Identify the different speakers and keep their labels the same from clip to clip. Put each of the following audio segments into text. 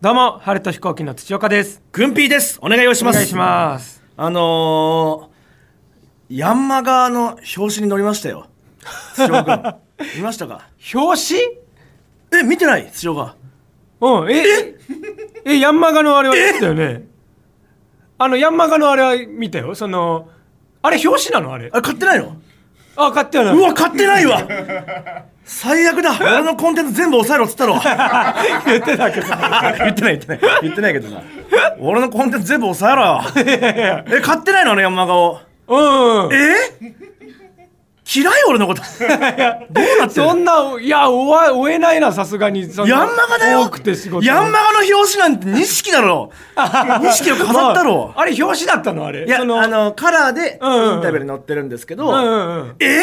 Speaker 1: どうも、春と飛行機の土岡です。
Speaker 2: グンピーです。お願いをし
Speaker 1: お
Speaker 2: ます。
Speaker 1: 願いします。
Speaker 2: あのー、ヤンマガの表紙に載りましたよ。土尾君。 見ましたか
Speaker 1: 表
Speaker 2: え、見てない土尾が。
Speaker 1: 紙うん、え、え、ヤンマガのあれは見たよね。あの、ヤンマガのあれは見たよ。その、あれ表紙なのあれ
Speaker 2: あ。れ買ってないの
Speaker 1: あ、買ったよな。
Speaker 2: うわ、買ってないわ最悪だ俺のコンテンツ全部抑えろっつったろ
Speaker 1: 言ってたけど。
Speaker 2: 言ってない言ってない。言ってないけどな。俺のコンテンツ全部抑えろ よ。え、買ってないのあのヤンマガを。
Speaker 1: うん。
Speaker 2: え 嫌い俺のこと。どうなってる
Speaker 1: そんな、いや、追わ追えないな、さすがに。そんな
Speaker 2: ヤンマガだよ
Speaker 1: 多くて仕事。
Speaker 2: ヤンマガの表紙なんて錦だ ろ錦を飾ったろ
Speaker 1: あれ表紙だったのあれ。
Speaker 2: いや、
Speaker 1: そ
Speaker 2: あの、カラーでイン
Speaker 1: うんうんうん
Speaker 2: タビューに載ってるんですけど、
Speaker 1: うんうんうん。え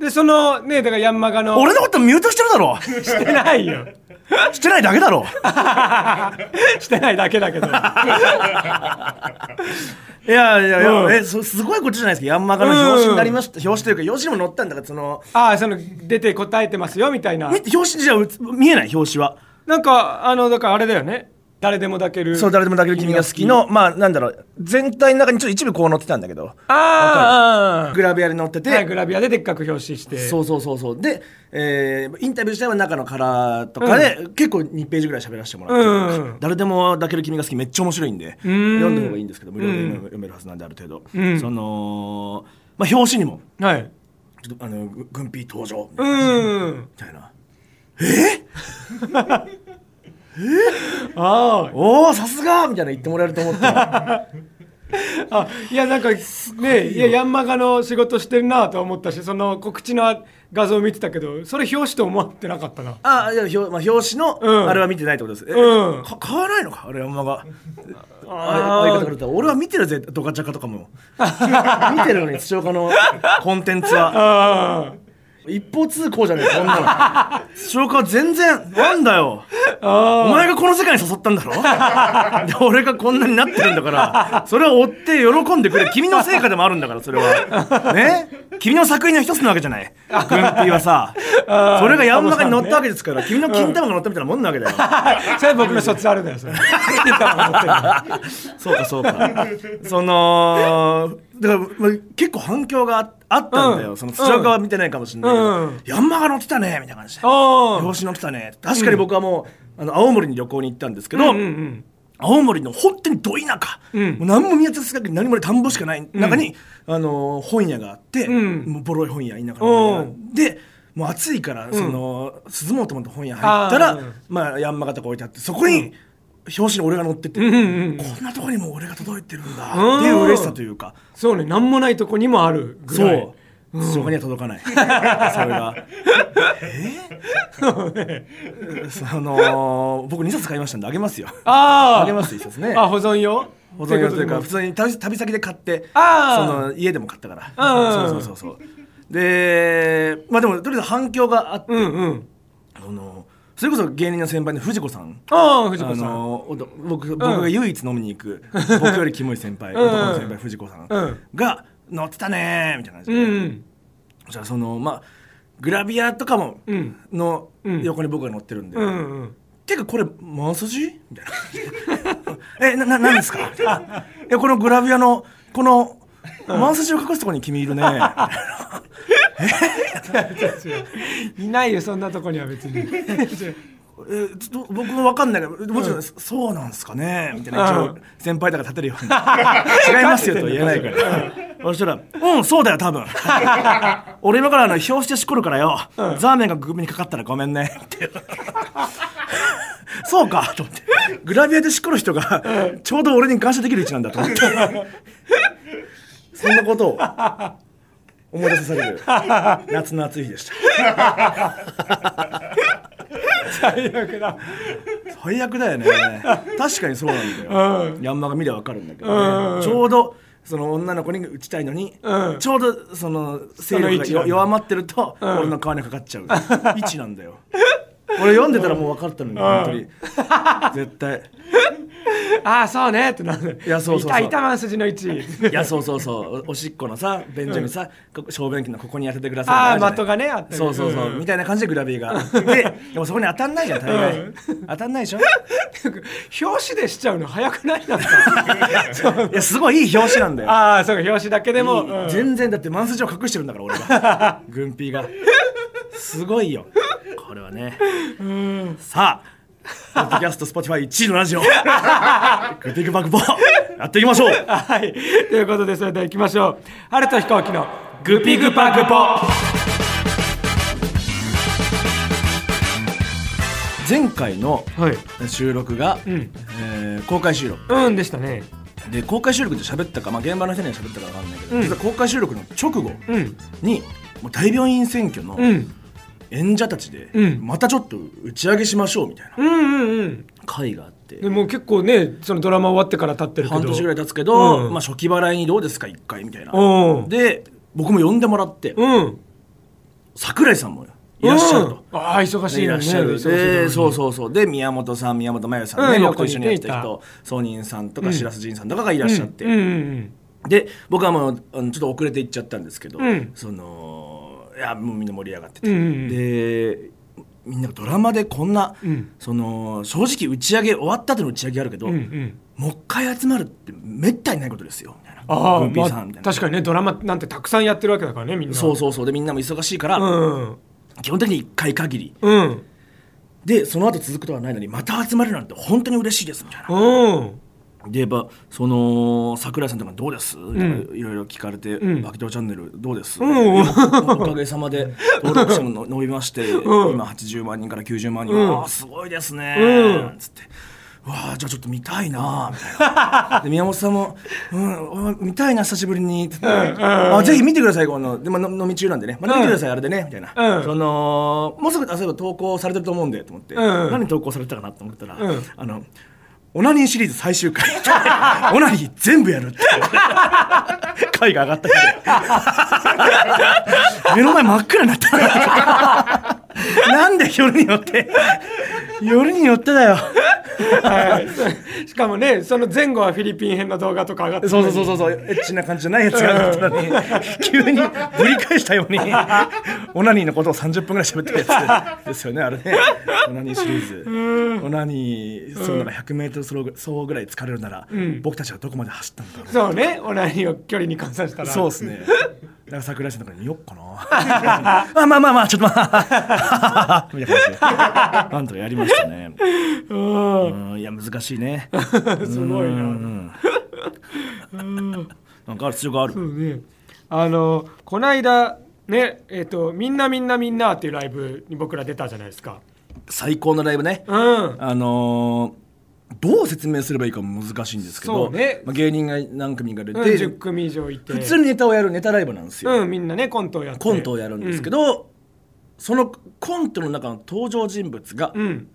Speaker 1: で、その、ね、だからヤンマガの。
Speaker 2: 俺のことミュートしてるだ ろ
Speaker 1: してないよ。
Speaker 2: してないだけだろ
Speaker 1: してないだけだけ ど。
Speaker 2: いやいやいや、
Speaker 1: うん
Speaker 2: えそすごいことじゃないですか、ヤンマガの表紙になりました、表紙というか、表紙にも載ったんだから、その、
Speaker 1: ああ、その、出て答えてますよ、みたいな
Speaker 2: み。表紙じゃう見えない、表紙は。
Speaker 1: なんか、あの、だからあれだよね。誰でも抱ける。
Speaker 2: そう、誰でもだけど君が好きの、まあ、なんだろう、全体の中にちょっと一部こう載ってたんだけど、
Speaker 1: ああ、
Speaker 2: グラビアに載ってて、
Speaker 1: はいグラビアででっかく表紙して。
Speaker 2: そうそうそうそうで、えーインタビュー自体は中のカラーとかで、結構2ページぐらい喋らせてもらって、
Speaker 1: うん
Speaker 2: 誰でも抱ける君が好きめっちゃ面白いんで
Speaker 1: ん
Speaker 2: 読んだ方がいいんですけど無料で読めるはずなんである程度、その、まあ、表紙にも
Speaker 1: はい。
Speaker 2: ちょっとあのぐ軍備登場み
Speaker 1: うん。
Speaker 2: たいな、
Speaker 1: あ
Speaker 2: おおさすがみたいな言ってもらえると思った
Speaker 1: あ
Speaker 2: ら
Speaker 1: あ。いや、なんか、ね、いや、ヤンマガの仕事してるなとは思ったし、その告知の画像見てたけど、それ表紙と思ってなかったな。
Speaker 2: あいや表,、まあ、表紙の、
Speaker 1: うん
Speaker 2: あれは見てないってことです、え
Speaker 1: うん
Speaker 2: か買わないのかあれ山がああいう
Speaker 1: あ
Speaker 2: 方から言ったら俺は見てるぜドカチャカとか も見てるのに土岡のコンテンツは
Speaker 1: あ
Speaker 2: 一方通行じゃねえそんなの土岡は全然なんだよお前がこの世界に誘っ たんだろで俺がこんなになってるんだからそれを追って喜んでくれ君の成果でもあるんだからそれはね君の作品の一つなわけじゃない軍ピーはさそれが山の中に乗ったわけですから君の金玉が乗ったみたいなもんなわけだよ
Speaker 1: あ。それ僕の卒あるだ よ、それ。金玉持ってるの
Speaker 2: そうかそうかそのだから、まあ結構反響がああったんだよ、
Speaker 1: うん
Speaker 2: その土岡は見てないかもしれないけど
Speaker 1: うんうん
Speaker 2: 「ヤンマが乗ってたね」みたいな感じで
Speaker 1: おー
Speaker 2: 表紙乗ってたね確かに僕はもう、あの青森に旅行に行ったんですけど、
Speaker 1: うんうん
Speaker 2: 青森の本当にど田舎、
Speaker 1: うん
Speaker 2: もう何も見渡す限り何もない田んぼしかない中に、あのー本屋があって、
Speaker 1: ん
Speaker 2: もうボロい本屋田舎の
Speaker 1: お
Speaker 2: 本
Speaker 1: う
Speaker 2: 屋でもう暑いから、その涼もうと思って本屋入ったら
Speaker 1: あーうん
Speaker 2: まあヤンマガとか置いてあってそこに、表紙に俺が載ってて、こんなとこにも俺が届いてるんだ
Speaker 1: うん
Speaker 2: っていう嬉しさというか、
Speaker 1: そうね、なんもないとこにもあるぐ
Speaker 2: そ
Speaker 1: らい。
Speaker 2: う、そこには 届かないそれが えーその僕2冊買いましたんであげますよ
Speaker 1: ああ。
Speaker 2: あげます1冊ね
Speaker 1: あ、保存用
Speaker 2: 保存用というか
Speaker 1: ってこ
Speaker 2: 普通に旅旅先で買ってそ
Speaker 1: あ
Speaker 2: の家でも買ったか
Speaker 1: う
Speaker 2: ら
Speaker 1: ん
Speaker 2: そうそうそうそうでまあでもとりあえず反響があって、
Speaker 1: とうんうん。
Speaker 2: あのそれこそ芸人の先輩の藤子さん
Speaker 1: ああ、藤
Speaker 2: あ
Speaker 1: 子さん。
Speaker 2: のおど僕僕が唯一飲みに 行く、僕よりキモい先輩
Speaker 1: うん
Speaker 2: 男の先輩藤子さん
Speaker 1: うん
Speaker 2: が「乗ってたねー」みたいな感じ
Speaker 1: う
Speaker 2: で、
Speaker 1: ん。
Speaker 2: そしたらそのまあグラビアとかも
Speaker 1: うん
Speaker 2: の
Speaker 1: うん
Speaker 2: 横に僕が乗ってるんで、
Speaker 1: うんうん。
Speaker 2: てかこれマスジみたいなえなな何ですかみたいなえこのグラビアのこのマスジを隠すところに君いるね
Speaker 1: いないよ、そんなとこには別 に。
Speaker 2: えちょっと僕も分かんないけどもちろん、そうなんすかねみたいな一
Speaker 1: う
Speaker 2: 応先輩だから立てるよ うに違いますよとは言えないからそしたら「うんそうだよ多 分俺今からあの表してしこるからよ、ザーメンが首にかかったらごめんね」ってそうかと思ってグラビアでしこる人がちょうど俺に感謝できる位置なんだと思ってそんなことを思い出さされる夏の暑い日でした
Speaker 1: 最悪だ。
Speaker 2: 最悪だよね確かにそうなんだよ、ヤンマが見りゃ分かるんだけど
Speaker 1: う
Speaker 2: ね、
Speaker 1: ん
Speaker 2: ちょうどその女の子に打ちたいのに、
Speaker 1: うん
Speaker 2: ちょうどその勢
Speaker 1: その位
Speaker 2: 力
Speaker 1: 置なん
Speaker 2: がよ
Speaker 1: だ
Speaker 2: 弱まってると、俺の顔にかかっちゃう位置なんだよ俺読んでたらもう分かったのに、本当に絶対
Speaker 1: ああそうねってなる
Speaker 2: いやそうそうそう
Speaker 1: たいたまん筋の位置
Speaker 2: いやそうそうそうおおしっこのさ便所にさ、こ小便器のここに当ててくだ
Speaker 1: あ
Speaker 2: さい
Speaker 1: あ的がねあったり
Speaker 2: そうそうそう、
Speaker 1: ん
Speaker 2: みたいな感じでグラビ ーがででもそこに当たんないじゃん大概、
Speaker 1: うん
Speaker 2: 当たんないでしょ
Speaker 1: 表紙でしちゃうの早くない なんかそう
Speaker 2: いやすごいいい表紙なんだよ
Speaker 1: ああそうか表紙だけでも、うん
Speaker 2: 全然だって満筋を隠してるんだから 俺が軍艇がすごいよこれはねさあポッドキャストスポティファイ1位のラジオグッディングバッ クボーやっていきましょう
Speaker 1: はいということでそれでは行きましょう春と飛行機のグピグパグポ
Speaker 2: 前回の
Speaker 1: はい
Speaker 2: 収録が、
Speaker 1: ん
Speaker 2: えー公開収録
Speaker 1: うんでしたね
Speaker 2: で公開収録で喋ったか、まあ、現場の人には喋ったか分かんないけど、
Speaker 1: うん
Speaker 2: 実は公開収録の直後
Speaker 1: うん
Speaker 2: に、もう大病院選挙の
Speaker 1: うん
Speaker 2: 演者たちで、
Speaker 1: うん
Speaker 2: またちょっと打ち上げしましょうみたい
Speaker 1: う
Speaker 2: な
Speaker 1: んうんうん
Speaker 2: 会があって
Speaker 1: でも結構ねそのドラマ終わってから経ってるけど
Speaker 2: 半年ぐらい経つけど、
Speaker 1: うん
Speaker 2: まあ、初期払いにどうですか1回みたいな
Speaker 1: うん
Speaker 2: で僕も呼んでもらって
Speaker 1: うん
Speaker 2: 桜井さんもいらっしゃる
Speaker 1: う
Speaker 2: と。
Speaker 1: んああ忙しい
Speaker 2: いら
Speaker 1: の
Speaker 2: っ
Speaker 1: にね
Speaker 2: しゃる
Speaker 1: 忙しいのに
Speaker 2: でそうそうそうで宮本さん宮本真由さんね、
Speaker 1: うん
Speaker 2: 僕と一緒にやって
Speaker 1: 横
Speaker 2: た
Speaker 1: に
Speaker 2: 人ソニンさんと
Speaker 1: う
Speaker 2: か
Speaker 1: ん
Speaker 2: 白洲仁さんとかがいらっしゃって、
Speaker 1: うんうん
Speaker 2: で僕はもうあのちょっと遅れて行っちゃったんですけど、
Speaker 1: うん
Speaker 2: そのいやもうみんな盛り上がって
Speaker 1: う
Speaker 2: て、
Speaker 1: んうんうん
Speaker 2: でみんなドラマでこんな、
Speaker 1: うん
Speaker 2: その正直打ち上げ終わった後の打ち上げあるけど、
Speaker 1: うんうんうん
Speaker 2: もう一回集まるってめったにないことですよみたいな
Speaker 1: あ
Speaker 2: グ
Speaker 1: あ、
Speaker 2: ンピ
Speaker 1: ま
Speaker 2: ー
Speaker 1: あ、
Speaker 2: さんみたいな、
Speaker 1: 確かにねドラマなんてたくさんやってるわけだからねみんな
Speaker 2: そうそうそうでみんなも忙しいから、
Speaker 1: うん
Speaker 2: 基本的に1回限り
Speaker 1: うん
Speaker 2: でその後続くことはないのにまた集まれるなんて本当に嬉しいですみたいな
Speaker 1: うん
Speaker 2: でやっぱその桜井さんとかどうです、みたいないろいろ聞かれて「
Speaker 1: ん
Speaker 2: 爆笑チャンネルどうです
Speaker 1: ん
Speaker 2: いやおおかげさまで登録者も の伸びまして、
Speaker 1: うん
Speaker 2: 今80万人から90万人、
Speaker 1: うん
Speaker 2: ああすごいですね」
Speaker 1: うん
Speaker 2: つって。うわあじゃあちょっと見たいなみたいなで宮本さんも「うんうん見たいな久しぶりに」って言ってあぜひ見てくださいこので、まあ、の飲み中なんでね、まあ、見てください、あれでね」みたいな、
Speaker 1: うん
Speaker 2: そのもうすぐあそういえば投稿されてると思うんでと思って、
Speaker 1: うん
Speaker 2: 何投稿されてたかなと思ったら、
Speaker 1: うん
Speaker 2: あのオナニーシリーズ最終回 オナニー全部やるって回が上がったけど 目の前真っ暗になったなんで夜によ って夜によってだよ
Speaker 1: はい、しかもねその前後はフィリピン編の動画とか上がって
Speaker 2: そうそうそうそうそう エッチな感じじゃないやつが上が ったのに急にぶり返したようにオナニーのことを30分ぐらい喋ってるやつですよねあれねオナニーシリーズオナニーそうなら 100m 走ぐらい疲れるなら、僕たちはどこまで走ったんだろう
Speaker 1: そうねオナニーを距離に換算したら
Speaker 2: そうですね。だから桜井さんとかに見よっか な。あまあまあまあちょっとまあ みたいな感じで。なんとかやりましたね。
Speaker 1: うん
Speaker 2: うんいや難しいね。
Speaker 1: すごいな
Speaker 2: なんかある必要がある。
Speaker 1: そうねあのこないだねえっ、と「みんなみんなみんな」っていうライブに僕ら出たじゃないですか
Speaker 2: 最高のライブね。
Speaker 1: うん
Speaker 2: あのーどう説明すればいいかも難しいんですけ
Speaker 1: そ
Speaker 2: ど、
Speaker 1: うね
Speaker 2: まあ、芸人が何組か出て、
Speaker 1: うん10組以上いて
Speaker 2: 普通にネタをやるネタライブなんですよ、
Speaker 1: うんみんなねコントをやって
Speaker 2: コントをやるんですけ
Speaker 1: ど
Speaker 2: ど、そのコントの中の登場人物が、
Speaker 1: うん、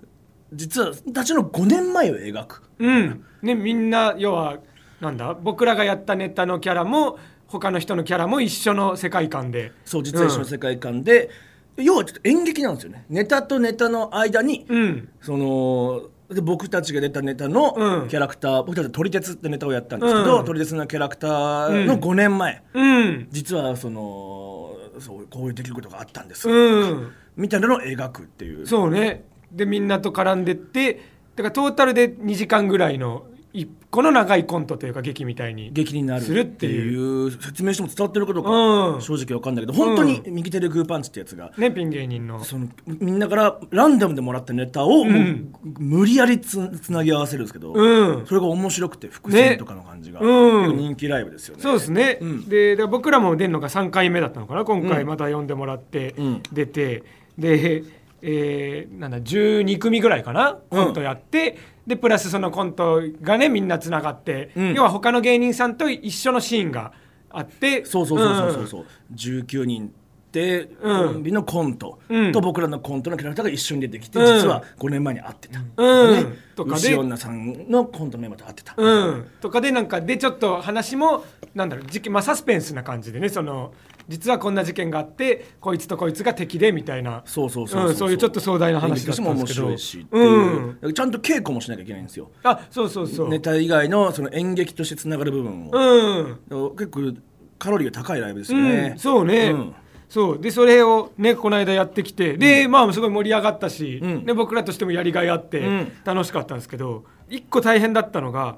Speaker 2: 実はたちの5年前を描く、
Speaker 1: うんねみんな要はなんだ僕らがやったネタのキャラも他の人のキャラも一緒の世界観で
Speaker 2: そう実は一緒の世界観で、要はちょっと演劇なんですよねネタとネタの間に、
Speaker 1: うん
Speaker 2: そので僕たちが出たネタの
Speaker 1: うん
Speaker 2: キャラクター、僕たちは「撮り鉄」ってネタをやったんですけど、
Speaker 1: うん
Speaker 2: 撮り鉄のキャラクターの5年前、
Speaker 1: うん
Speaker 2: 実はそのそうこういう出来事があったんです、
Speaker 1: うん
Speaker 2: みたいなのを描くっていう
Speaker 1: そうねでみんなと絡んでってだからトータルで2時間ぐらいの一個の長いコントというか劇みたいに
Speaker 2: 劇になる
Speaker 1: するっていう
Speaker 2: う説明しても伝わってることか、
Speaker 1: うん
Speaker 2: 正直わかんないけど本当に右手でグーパンチってやつが。
Speaker 1: ねピン芸人の
Speaker 2: そのみんなからランダムでもらったネタを、もう
Speaker 1: うん
Speaker 2: 無理やりつつなぎ合わせるんですけど、
Speaker 1: うん
Speaker 2: それが面白くて伏線とかの感じが、
Speaker 1: ねうん
Speaker 2: 結構人気ライブですよね
Speaker 1: そうですね、
Speaker 2: うん
Speaker 1: でだから僕らも出るのが3回目だったのかな今回また呼んでもらって
Speaker 2: うん
Speaker 1: 出て、で、えーなんだ12組ぐらいかなコントやって、でプラスそのコントがねみんなつながって、
Speaker 2: うん
Speaker 1: 要は他の芸人さんと一緒のシーンがあって
Speaker 2: そうそうそうそうそう、19人って
Speaker 1: うん
Speaker 2: コンビのコント
Speaker 1: うん
Speaker 2: と僕らのコントのキャラクターが一緒に出てきて
Speaker 1: うん
Speaker 2: 実は5年前に会ってた、
Speaker 1: うん
Speaker 2: ね
Speaker 1: とかで
Speaker 2: 牛女さんのコントのメンバーと会ってた、
Speaker 1: うん、とかでなんかでちょっと話もなんだろう事件、まあ、サスペンスな感じでねその実はこんな事件があってこいつとこいつが敵でみたいな
Speaker 2: そうそうそう
Speaker 1: うんそういうちょっと壮大な話だったんですけど
Speaker 2: 演劇としても面白いしっていう
Speaker 1: うん、
Speaker 2: ちゃんと稽古もしなきゃいけないんですよ
Speaker 1: あそうそうそう、
Speaker 2: ネタ以外のその演劇としてつながる部分を、
Speaker 1: うん、
Speaker 2: だから結構カロリーが高いライブです
Speaker 1: う
Speaker 2: よね、
Speaker 1: ん、そうね、
Speaker 2: うん
Speaker 1: そうでそれをねこの間やってきてで、まあすごい盛り上がったし、
Speaker 2: うん
Speaker 1: ね、僕らとしてもやりがいあって
Speaker 2: うん
Speaker 1: 楽しかったんですけど、一個大変だったのが。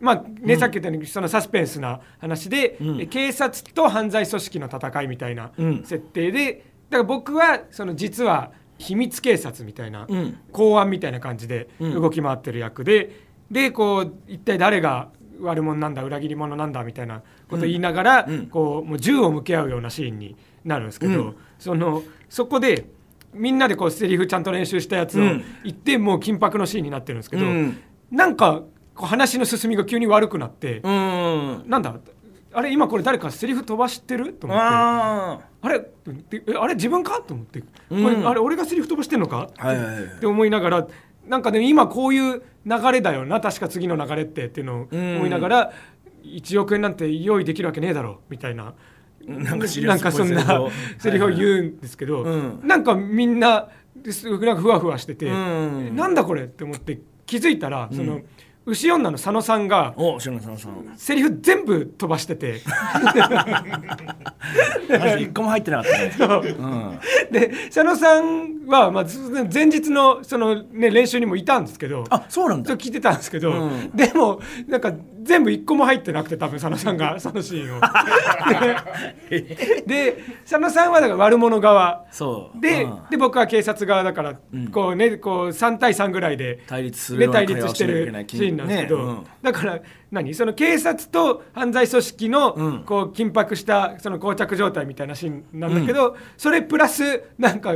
Speaker 1: まあねさっき言ったようにそのサスペンスな話で、
Speaker 2: うん
Speaker 1: え警察と犯罪組織の戦いみたいな
Speaker 2: うん
Speaker 1: 設定で、だから僕はその実は秘密警察みたいな、
Speaker 2: うん
Speaker 1: 公安みたいな感じで
Speaker 2: うん
Speaker 1: 動き回ってる役で、でこう一体誰が悪者なんだ裏切り者なんだみたいなこと言いながら、
Speaker 2: うん
Speaker 1: こうもう銃を向け合うようなシーンになるんですけど、
Speaker 2: うん
Speaker 1: そのそこでみんなでこうセリフちゃんと練習したやつを
Speaker 2: うん
Speaker 1: 言って、もう緊迫のシーンになってるんですけど、
Speaker 2: うん
Speaker 1: なんかこう話の進みが急に悪くなって、
Speaker 2: うん
Speaker 1: なんだあれ今これ誰かセリフ飛ばしてると思って。
Speaker 2: ああ
Speaker 1: あれってえあれ自分かと思ってこれ、
Speaker 2: うん
Speaker 1: あれ俺がセリフ飛ばしてんのか、
Speaker 2: はいはいはい
Speaker 1: って思いながらなんかでも今こういう流れだよな確か次の流れってっていうのを
Speaker 2: うん
Speaker 1: 思いながら、1億円なんて用意できるわけねえだろみたいな
Speaker 2: なんかシリ
Speaker 1: な
Speaker 2: ア
Speaker 1: ん
Speaker 2: スっぽ
Speaker 1: か
Speaker 2: い
Speaker 1: そんなセリフを
Speaker 2: う、
Speaker 1: 言うんですけど、
Speaker 2: うん
Speaker 1: なんかみんなすごくなんかふわふわしてて、
Speaker 2: うん
Speaker 1: なんだこれって思って気づいたら、その牛女の佐野さんが
Speaker 2: お白野さ んさん
Speaker 1: セリフ全部飛ばして て。
Speaker 2: マジ一個も入ってなかったねうん
Speaker 1: で佐野さんは、まあ、ず前日のその、ね、練習にもいたんですけど
Speaker 2: あそうなん
Speaker 1: そ
Speaker 2: だ
Speaker 1: う聞いてたんですけど、
Speaker 2: うん
Speaker 1: でもなんか全部一個も入ってなくて多分佐野さんが そのシ ーンを。で佐野さんはだから悪者側
Speaker 2: そう
Speaker 1: で,、
Speaker 2: うん
Speaker 1: で僕は警察側だから、こうね、こう3対3ぐらいで
Speaker 2: 対立する
Speaker 1: ね
Speaker 2: ような
Speaker 1: 対
Speaker 2: 会
Speaker 1: 立
Speaker 2: 話を
Speaker 1: して
Speaker 2: しなきゃい
Speaker 1: る
Speaker 2: けない
Speaker 1: シーンなんですけど、
Speaker 2: ねうん
Speaker 1: だから何その警察と犯罪組織の、
Speaker 2: うん
Speaker 1: こう緊迫したその膠着状態みたいなシーンなんだけど、それプラスなんか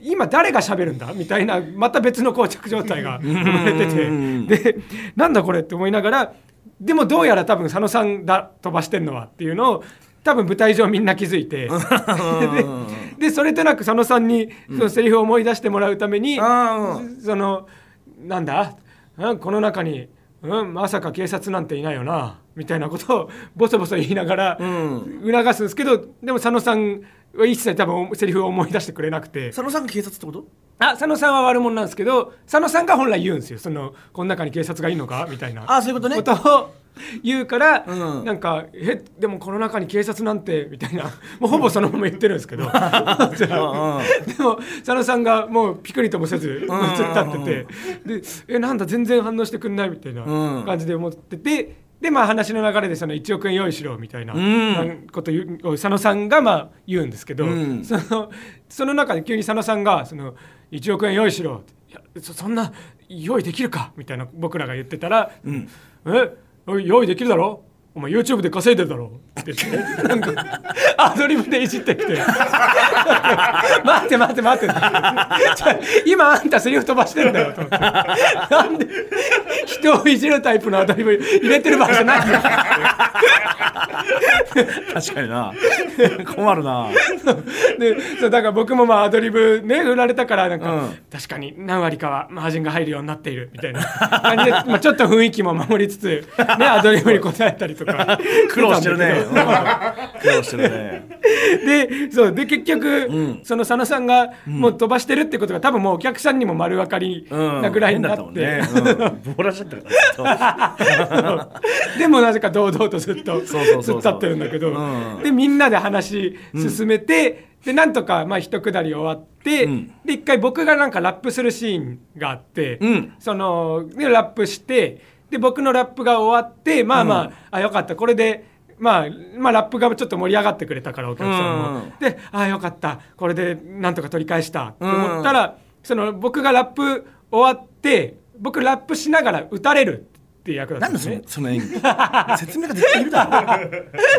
Speaker 1: 今誰が喋るんだみたいなまた別の膠着状態が生まれ
Speaker 2: うん
Speaker 1: ててでなんだこれって思いながらでもどうやら多分佐野さんだ飛ばしてんのはっていうのを多分舞台上みんな気づい て ででそれとなく佐野さんにそのセリフを思い出してもらうために、
Speaker 2: あー
Speaker 1: そのなんだ、うん、この中に、うん、まさか警察なんていないよなみたいなことを ボソボソ言いながら
Speaker 2: うん
Speaker 1: 促すんですけど、でも佐野さんは一切多分セリフを思い出してくれなくて
Speaker 2: 佐野さんが警察っ てこと
Speaker 1: あ佐野さんは悪者なんですけど佐野さんが本来言うんですよそのこの中に警察がいるのかみたいな
Speaker 2: あそういうことね
Speaker 1: を言うから、
Speaker 2: うん
Speaker 1: なんか「えでもこの中に警察なんて」みたいなもうほぼそのまま言ってるんです けど でも佐野さんがもうピクリともせずずっと立っててで「えなんだ全然反応してくんない」みたいな
Speaker 2: うん
Speaker 1: 感じで思ってて。でまあ、話の流れでその1億円用意しろみたいな
Speaker 2: うん
Speaker 1: なんこと言う佐野さんがまあ言うんですけど、
Speaker 2: うん
Speaker 1: そのその中で急に佐野さんがその「1億円用意しろ」いやそそんな用意できるか」みたいな僕らが言ってたら「
Speaker 2: ん
Speaker 1: えおい用意できるだろお前 YouTube で稼いでるだろ」って言ってなんかアドリブでいじってきて「待って待って待って」ちょ今あんたセリフ飛ばしてるんだよ」と思ってなんで人をいじるタイプのアドリブ入れてる場合じゃないよ
Speaker 2: 確かにな 困るな
Speaker 1: でそうだから僕もまあアドリブね売られたからなんか、
Speaker 2: うん
Speaker 1: 確かに何割かはマージンが入るようになっているみたいな感じでまあちょっと雰囲気も 守りつつ、ね、アドリブに答えたりとか
Speaker 2: 苦労してるね
Speaker 1: してたんだ
Speaker 2: うん苦労してるね
Speaker 1: け どでそうで結局、
Speaker 2: ん
Speaker 1: その佐野さんがもう飛ばしてるってことが多分もうお客さんにも丸分かり
Speaker 2: う ん
Speaker 1: なぐらいになって、
Speaker 2: 変だったもんね、うん、ボーラしちゃったから
Speaker 1: でもなぜか堂々とずっと
Speaker 2: そうそうそうそう
Speaker 1: 突っ立ってるんだけど、
Speaker 2: うん
Speaker 1: でみんなで話進めて、でなんとかまあ一くだり終わって、
Speaker 2: うん
Speaker 1: で一回僕がなんかラップするシーンがあって、
Speaker 2: うん
Speaker 1: そのでラップしてで僕のラップが終わってまあまあ、あよかったこれで。まあ、まあラップがちょっと盛り上がってくれたからお客さんも、
Speaker 2: うん
Speaker 1: でああよかったこれでなんとか取り返したって思ったら、その僕がラップ終わって僕ラップしながら打たれるっっていう役だっ
Speaker 2: な
Speaker 1: た
Speaker 2: ん
Speaker 1: ん
Speaker 2: だ
Speaker 1: で
Speaker 2: そ
Speaker 1: す
Speaker 2: の
Speaker 1: ね
Speaker 2: その演技説明が絶対い るだろ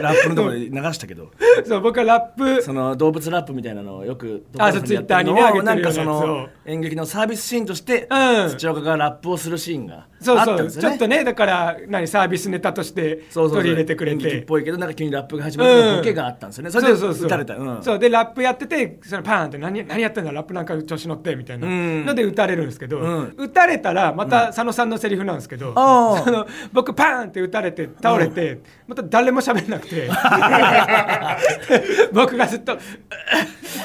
Speaker 2: ラップのところで流したけど
Speaker 1: そう僕はラップ
Speaker 2: その動物ラップみたいなのをよく
Speaker 1: あそう
Speaker 2: 動物ラプみたいなのを
Speaker 1: Twitter にね上
Speaker 2: なん
Speaker 1: げてるような
Speaker 2: かそ
Speaker 1: やつを
Speaker 2: の演劇のサービスシーンとして
Speaker 1: うん
Speaker 2: 土岡がラップをするシーンが
Speaker 1: そう
Speaker 2: あっ
Speaker 1: そ
Speaker 2: た
Speaker 1: う、
Speaker 2: んです
Speaker 1: ち
Speaker 2: よ
Speaker 1: ょっと
Speaker 2: ね
Speaker 1: ねだから何サービスネタとして
Speaker 2: そうそ
Speaker 1: 取
Speaker 2: うそう
Speaker 1: り入れてくれ
Speaker 2: 演劇ってぽいけどなんか急にラップが始まって
Speaker 1: うん
Speaker 2: ボケがあったんですよねそ
Speaker 1: そ
Speaker 2: れで
Speaker 1: うそうそう
Speaker 2: 打たれたうん
Speaker 1: そうでラップやっててそのパーンって何何やってんだラップなんか調子乗ってみたいな
Speaker 2: うん
Speaker 1: ので打たれるんですけど、
Speaker 2: うん
Speaker 1: 打たれたらまた佐野さんのセリフなんですけど、
Speaker 2: あー
Speaker 1: その僕パーンって打たれて倒れて、また誰も喋んなく て僕がずっとで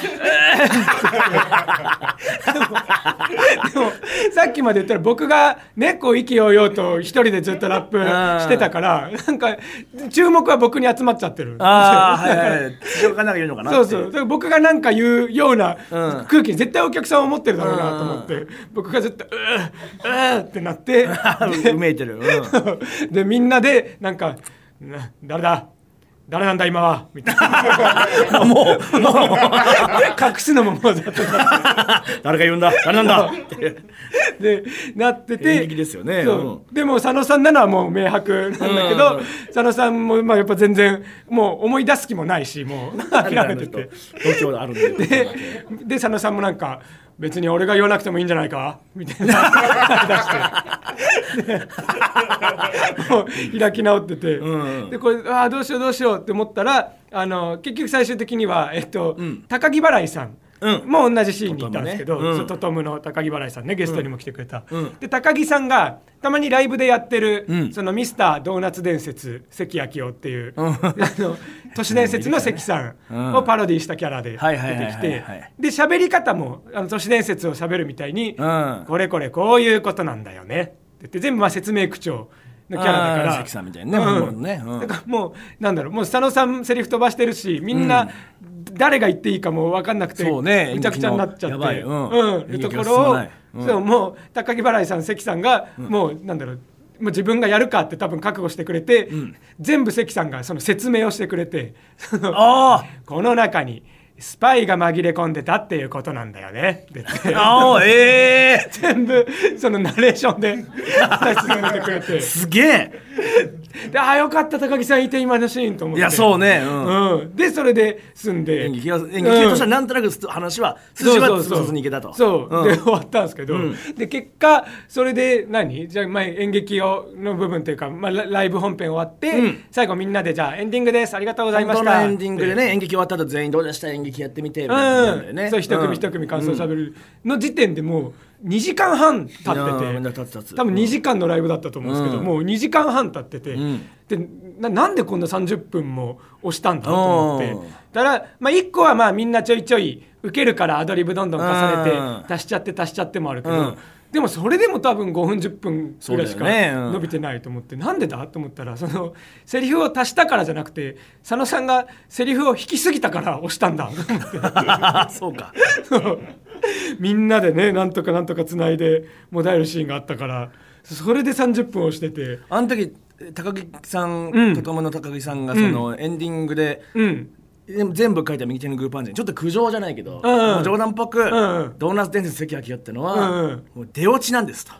Speaker 1: もでもさっきまで言ったら僕が猫意気揚々と一人でずっとラップしてたからなんか注目は僕に集まっちゃってる。
Speaker 2: ああはいはいはい土岡がなんかいるのか な
Speaker 1: そうそうだから僕が何か言うような
Speaker 2: うん
Speaker 1: 空気に絶対お客さんは思ってるだろうなと思って、僕がずっと「うーうー」ってなって
Speaker 2: うめいてるうん
Speaker 1: でみんなでなんか「な誰だ誰なんだ今は」みたいな
Speaker 2: もうもう
Speaker 1: 隠すのももうだと
Speaker 2: 誰が言うんだ誰なんだって
Speaker 1: でなってて
Speaker 2: 演劇ですよね
Speaker 1: そうでも佐野さんなのはもう明白なんだけど、
Speaker 2: うん
Speaker 1: 佐野さんもまあやっぱ全然もう思い出す気もないしもう諦
Speaker 2: あ
Speaker 1: め
Speaker 2: の
Speaker 1: て
Speaker 2: 人
Speaker 1: て。
Speaker 2: 東京であるんで
Speaker 1: でで佐野さんもなんか別に俺が言わなくてもいいんじゃないかみたいな 出してもう開き直ってて、
Speaker 2: うんうん
Speaker 1: でこれああどうしようどうしようって思ったらあの結局最終的には、えっと高木払いさん
Speaker 2: うん
Speaker 1: も同じシーンにいたんですけど、
Speaker 2: トトムねうん
Speaker 1: そうトトムの高木払いさんねゲストにも来てくれた、
Speaker 2: うん
Speaker 1: で高木さんがたまにライブでやってる、
Speaker 2: うん
Speaker 1: そのミスタードーナツ伝説関明夫っていう、
Speaker 2: ん
Speaker 1: あの都市伝説の関さんをパロディしたキャラで
Speaker 2: はいはいは
Speaker 1: 出
Speaker 2: い
Speaker 1: てき
Speaker 2: はい
Speaker 1: て
Speaker 2: はい
Speaker 1: で喋り方もあの都市伝説を喋るみたいに、
Speaker 2: うん
Speaker 1: これこれこういうことなんだよねって言って全部まあ説明口調のキャラだか
Speaker 2: あ
Speaker 1: ら
Speaker 2: ー関さんみたいなね
Speaker 1: うん
Speaker 2: 本物ねうん
Speaker 1: だからもうなんだろうもう佐野さんセリフ飛ばしてるしみんな、誰が言っていいかも分かんなくて
Speaker 2: そうね
Speaker 1: むちゃくちゃになっちゃ
Speaker 2: 演
Speaker 1: っ
Speaker 2: 劇の
Speaker 1: て
Speaker 2: やばいうん
Speaker 1: うんいう
Speaker 2: 演
Speaker 1: と
Speaker 2: 劇
Speaker 1: こ
Speaker 2: が進
Speaker 1: ろ
Speaker 2: ま
Speaker 1: を
Speaker 2: ないうん
Speaker 1: そうもう高木払いさん関さんが、もうなんだろうもう自分がやるかって多分覚悟してくれて、全部関さんがその説明をしてくれてその
Speaker 2: あ
Speaker 1: この中にスパイが紛れ込んでたっていうことなんだよねって言っ
Speaker 2: ー
Speaker 1: て
Speaker 2: あーええ
Speaker 1: 全部そのナレーションで進めてくれて
Speaker 2: すげえ
Speaker 1: でああよかった高木さんいて今のシーンと思っ
Speaker 2: い
Speaker 1: て
Speaker 2: やそうねうん
Speaker 1: うん、でそれで済んで
Speaker 2: 演劇が演劇としてはなんとなく話は筋はつぶさずにいけたと
Speaker 1: そう、
Speaker 2: ん
Speaker 1: で終わったんですけど、で結果それで何じゃあまあ演劇をの部分というか、まあ、ラライブ本編終わって、
Speaker 2: うん
Speaker 1: 最後みんなでじゃあエンディングですありがとうございま
Speaker 2: 本
Speaker 1: し
Speaker 2: 当の
Speaker 1: た
Speaker 2: エンディングで
Speaker 1: って
Speaker 2: ね演劇終わった後全員どうでした演劇やってみてみたいな感じ
Speaker 1: う
Speaker 2: なん
Speaker 1: ん
Speaker 2: だよね
Speaker 1: そう一組
Speaker 2: ん
Speaker 1: 一組感想しゃべるの時点でもう2時間半経ってて
Speaker 2: いやーみんな経つ経つ
Speaker 1: 多分2時間のライブだったと思うんですけど、
Speaker 2: うん
Speaker 1: もう2時間半経ってて、
Speaker 2: ん
Speaker 1: でななんでこんな30分も押したんだろうと思って
Speaker 2: うん
Speaker 1: だから、まあ、1個はまあみんなちょいちょい受けるからアドリブどんどん重ね
Speaker 2: うん
Speaker 1: て足しちゃって足しちゃってもあるけど、
Speaker 2: うん
Speaker 1: でもそれでも多分5分10分ぐらいし
Speaker 2: そう
Speaker 1: か
Speaker 2: だよねうん
Speaker 1: 伸びてないと思って、なんでだと思ったらそのセリフを足したからじゃなくて佐野さんがセリフを引きすぎたから押したんだと思って。
Speaker 2: そうか
Speaker 1: そう みんなでねなんとかなんとかつないでもだえるシーンがあったからそれで30分をしてて
Speaker 2: あの時高木さん、
Speaker 1: うん
Speaker 2: とともの高木さんがその、エンディングで、
Speaker 1: うん
Speaker 2: でも全部書いた右手のグーパンチにちょっと苦情じゃないけど、
Speaker 1: うんうん
Speaker 2: 冗談っぽく、
Speaker 1: んうん
Speaker 2: ドーナツ伝説関明夫ってのは、
Speaker 1: うんうん
Speaker 2: もう出落ちなんですと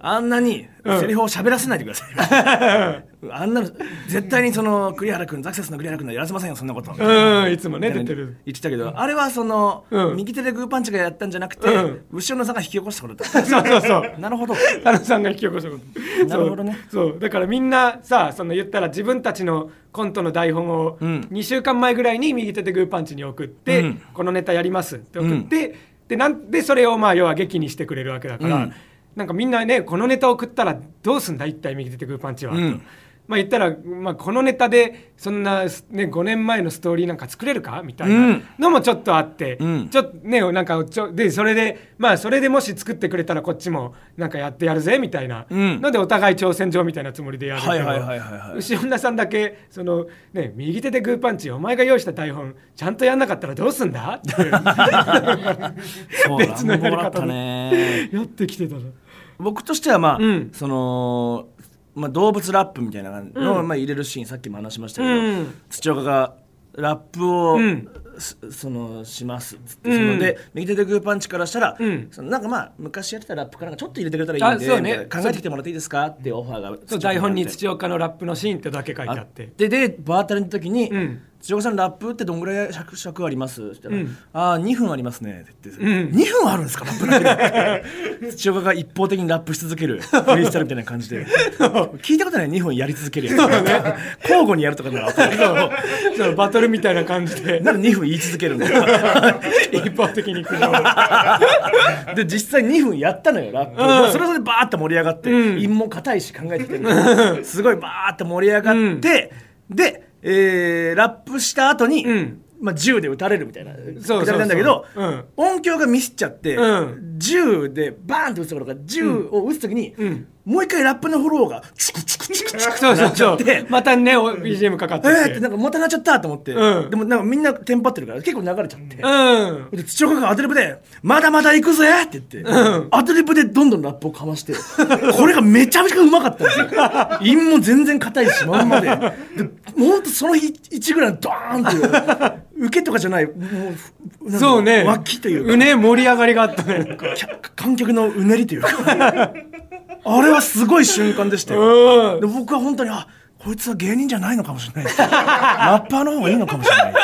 Speaker 2: あんなに
Speaker 1: うん
Speaker 2: セリフを喋らせないでください、 あんなの絶対にその栗原君ザクセスの栗原君はやらせませんよそんなこと、
Speaker 1: うんいつもね
Speaker 2: みたい
Speaker 1: 出
Speaker 2: な
Speaker 1: てる
Speaker 2: 言ってたけど、あれはその、
Speaker 1: うん
Speaker 2: 右手でグーパンチがやったんじゃなくて、
Speaker 1: うん
Speaker 2: 後ろのさんが引き起こしたことだ
Speaker 1: そうそうそう
Speaker 2: なるほど
Speaker 1: あのさんが引き起こしたこと
Speaker 2: なるほどね
Speaker 1: そうそうだからみんなさその言ったら自分たちのコントの台本を
Speaker 2: うん
Speaker 1: 2週間前ぐらいに右手でグーパンチに送って、
Speaker 2: うん
Speaker 1: このネタやりますって送って、でなんでそれをまあ要は劇にしてくれるわけだから、
Speaker 2: うん
Speaker 1: なんかみんなねこのネタ送ったらどうすんだ一体右手でグーパンチは、
Speaker 2: うん
Speaker 1: まあ言ったら、まあ、このネタでそんな、ね、5年前のストーリーなんか作れるかみたい
Speaker 2: うん
Speaker 1: なのもちょっとあって、
Speaker 2: うん
Speaker 1: ちょっとねなんかちょでそれでまあそれでもし作ってくれたらこっちもなんかやってやるぜみたいな、
Speaker 2: うん
Speaker 1: のでお互い挑戦状みたいなつもりでやるけど、
Speaker 2: はいはいはいはいはい
Speaker 1: 後ろ田さんだけその、ね、右手でグーパンチお前が用意した台本ちゃんとやんなかったらどうすんだっていう
Speaker 2: そ う
Speaker 1: 別のやり
Speaker 2: 乱暴だっ
Speaker 1: 方
Speaker 2: た
Speaker 1: の
Speaker 2: ね
Speaker 1: やってきてたの。
Speaker 2: 僕としてはまあ、
Speaker 1: うん
Speaker 2: その、まあ、動物ラップみたいなのを、
Speaker 1: うん
Speaker 2: まあ、入れるシーンさっきも話しましたけど、
Speaker 1: うん
Speaker 2: 土岡がラップを、
Speaker 1: うん
Speaker 2: すそのしますっつって、そので右手でグーパンチからしたら、
Speaker 1: ん
Speaker 2: そのなんかまあ昔やってたラップかなんかちょっと入れてくれたらいいんで
Speaker 1: あそうね
Speaker 2: みたいな考えてきてもらっていいですかってオファーが
Speaker 1: そう台本に土岡のラップのシーンってだけ書いてあって
Speaker 2: ででバータリの時に、
Speaker 1: ん
Speaker 2: 土岡さんラップってどんぐらい尺尺あります?」って言ったら
Speaker 1: うん
Speaker 2: 「ああ2分ありますね」って言って、
Speaker 1: うん
Speaker 2: 2分あるんですかラップだけで 土岡が一方的にラップし続けるフリースタイルみたいな 感じで聞いたことない2分やり続けるやつ、交互にやるとかならわかるけ ど
Speaker 1: ちょっとバトルみたいな感じ で
Speaker 2: なんで2分言い続けるんだよ
Speaker 1: 一方的に苦情
Speaker 2: で実際2分やったのよラップ、
Speaker 1: うん
Speaker 2: それはそれでバーッと盛り上がって、
Speaker 1: うん
Speaker 2: 韻も硬いし考えてきてるからすごいバーッと盛り上がって、で、えーラップした後に、
Speaker 1: うん
Speaker 2: まあ、銃で撃たれるみたいな
Speaker 1: そうそう
Speaker 2: くだりなんだけど、
Speaker 1: うん
Speaker 2: 音響がミスっちゃって、
Speaker 1: うん
Speaker 2: 銃でバーンと撃つところが銃を撃つ時に、
Speaker 1: ん
Speaker 2: もう一回ラップのフォローがチクチクチク チク
Speaker 1: そうそうそ
Speaker 2: なっちゃっ
Speaker 1: う
Speaker 2: て
Speaker 1: またねお BGM かかって
Speaker 2: え
Speaker 1: き
Speaker 2: ー
Speaker 1: て、
Speaker 2: ってなんかまたなっちゃったと思って、
Speaker 1: うん
Speaker 2: でもなんかみんなテンパってるから結構流れちゃ
Speaker 1: う
Speaker 2: って、
Speaker 1: ん
Speaker 2: で土岡がアドリブで「まだまだ行くぜ!」って言って、アドリブでどんどんラップをかましてこれがめちゃめちゃうまかったんですよ韻も全然硬いしまんまででもうほんとその日1ぐらいのドーンっていう受けとかじゃないもうなんか
Speaker 1: そうね
Speaker 2: 脇というか
Speaker 1: ね盛り上がりがあったねなんか
Speaker 2: きゃ観客のうねりというかあれはすごい瞬間でした
Speaker 1: う
Speaker 2: よで僕は本当にあこいつは芸人じゃないのかもしれないラッパーの方がいいのかもしれないっ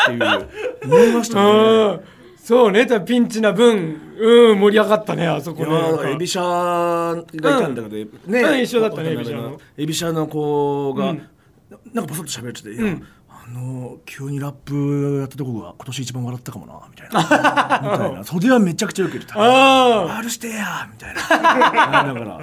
Speaker 2: ていう思いましたね
Speaker 1: うんそうねただピンチな分うん盛り上がったねあそ
Speaker 2: い
Speaker 1: こ
Speaker 2: や
Speaker 1: ねなんか
Speaker 2: ーエビシャがいたんだけど、ね、
Speaker 1: うん一緒だったね
Speaker 2: 渡
Speaker 1: エビ
Speaker 2: 辺の
Speaker 1: シャの
Speaker 2: エビシャの子が、
Speaker 1: うん
Speaker 2: ななんかボソッと喋ってて、いや
Speaker 1: うん
Speaker 2: あのー急にラップやったとこが今年一番笑ったかもな みたいなみたいなそれはめちゃくちゃ受けてた
Speaker 1: あ
Speaker 2: R してやみたいな あれだか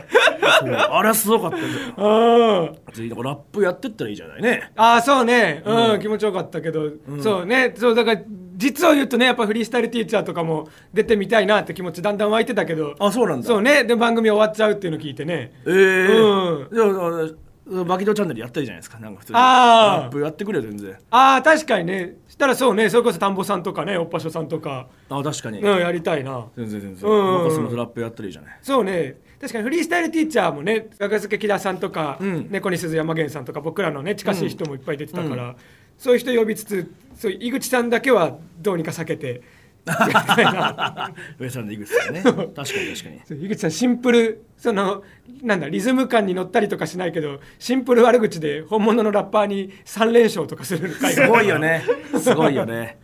Speaker 2: らそうあれはすごかったですよ
Speaker 1: ーあー
Speaker 2: ぜひだからラップやってったらいいじゃないね
Speaker 1: ああそうねうん、気持ちよかったけど、そうねそうだから実を言うとねやっぱフリースタイルティーチャーとかも出てみたいなって気持ちだんだん湧いてたけど
Speaker 2: あそうなんだ
Speaker 1: そうねで番組終わっちゃうっていうの聞いてね
Speaker 2: ええ
Speaker 1: うん
Speaker 2: じゃああのバキドーチャンネルやったらいいじゃないですかなんか普通に
Speaker 1: あー
Speaker 2: ラップやってくれよ全然
Speaker 1: ああ確かにねしたらそうねそれこそ田んぼさんとかねおっぱしょさんとか、
Speaker 2: あ確かに、
Speaker 1: うん、やりたいな
Speaker 2: 全然全然、
Speaker 1: うんうんうん
Speaker 2: 僕はそのラップやったらいいじゃない
Speaker 1: そうね確かにフリースタイルティーチャーもね学付木田さんとか、
Speaker 2: ん
Speaker 1: 猫に鈴山源さんとか僕らのね近しい人もいっぱい出てたから、そういう人呼びつつそう井口さんだけはどうにか避けてやりたい な。
Speaker 2: 上さんでいくですよね 確かに確かに
Speaker 1: そう井口さんシンプルそのなんだリズム感に乗ったりとかしないけどシンプル悪口で本物のラッパーに3連勝とかする回が
Speaker 2: すごいよね すごいよね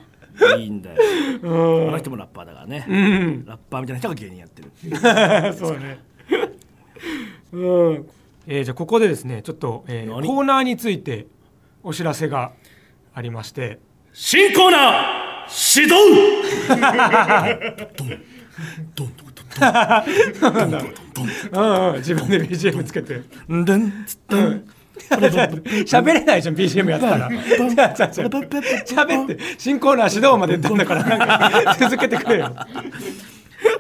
Speaker 2: いいんだよあの人もラッパーだからね、
Speaker 1: うん
Speaker 2: ラッパーみたいな人が芸人やってる
Speaker 1: そうねうん、えーじゃあここでですねちょっと、えー
Speaker 2: 何
Speaker 1: コーナーについてお知らせがありまして
Speaker 2: 新コーナー始動ドンドンドンドンドンドンドン
Speaker 1: うんうん自分で BGM つけて
Speaker 2: ドンドンドン
Speaker 1: 喋れないじゃん BGM やったら喋って新コーナー指導まで言ったんだからなんか続けてくれよ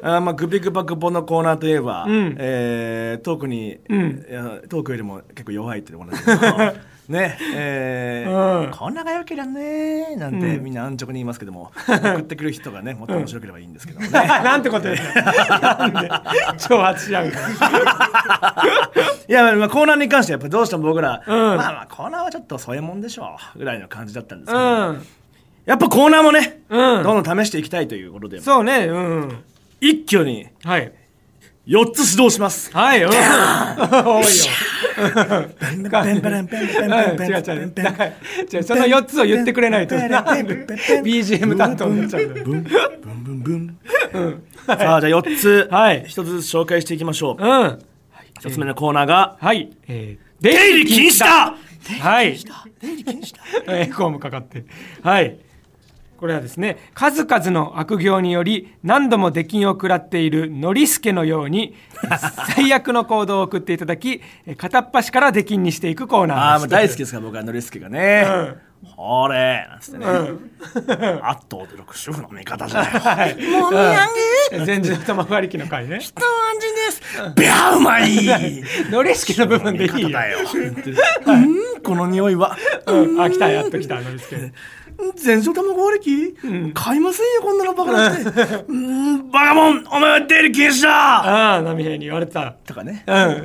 Speaker 2: あーまあ、グビグバグボのコーナーといえば、
Speaker 1: ん
Speaker 2: えートークに、
Speaker 1: ん
Speaker 2: いやトークよりも結構弱いっていう同じです けどねえー
Speaker 1: うん
Speaker 2: こんなが良けりゃねなんて、みんな安直に言いますけど も送ってくる人がねもっと面白ければいいんですけどもね、
Speaker 1: なんてこと言うのなんで挑発しやんか
Speaker 2: いや、まあ、コーナーに関してはやっぱどうしても僕ら、
Speaker 1: ん
Speaker 2: まあまあコーナーはちょっと添えもんでしょうぐらいの感じだったんですけど、
Speaker 1: うん
Speaker 2: やっぱコーナーもね、
Speaker 1: うん
Speaker 2: どんどん試していきたいということで
Speaker 1: そうねうん
Speaker 2: 一挙に
Speaker 1: はい
Speaker 2: 4つ指導します
Speaker 1: はいうん多いよ
Speaker 2: ペンペンペンペンペンペンペン
Speaker 1: うん
Speaker 2: ペ
Speaker 1: 違う
Speaker 2: ンペ
Speaker 1: 違
Speaker 2: ン
Speaker 1: う
Speaker 2: ペン
Speaker 1: だから違うその4つを言ってくれないとなんで BGM 担当になっちゃうんだよ
Speaker 2: ブンブンブンブン。さあじゃあ4つ、
Speaker 1: はい
Speaker 2: 一つずつ紹介していきましょう。
Speaker 1: うん
Speaker 2: 一つ目のコーナーが、
Speaker 1: はいえー
Speaker 2: 出入り禁止だ
Speaker 1: はい
Speaker 2: 出入り禁止 だ
Speaker 1: エコーもかかってはいこれはですね数々の悪行により何度も出禁を食らっているノリスケのように最悪の行動を送っていただきえ片っ端から出禁にしていくコー
Speaker 2: あ
Speaker 1: ナ
Speaker 2: あ、
Speaker 1: ー
Speaker 2: もう
Speaker 1: です
Speaker 2: 大好きですから僕はノリスケがね。ほれなんつってね。あっと驚く主婦の味方じゃない。もみあげ
Speaker 1: 前日の玉割り機の回ね
Speaker 2: 一安心です。ビャーうまい
Speaker 1: ノリスケの部分でいいよ
Speaker 2: だよ。うん、この匂いは。
Speaker 1: うんあ来たやっと来たノリスケ
Speaker 2: 全焼卵割り機、買いませんよこんなのバカなしてうんバカモンお前は出入り禁止だ
Speaker 1: ああ波平に言われてた
Speaker 2: とかね
Speaker 1: うん、はい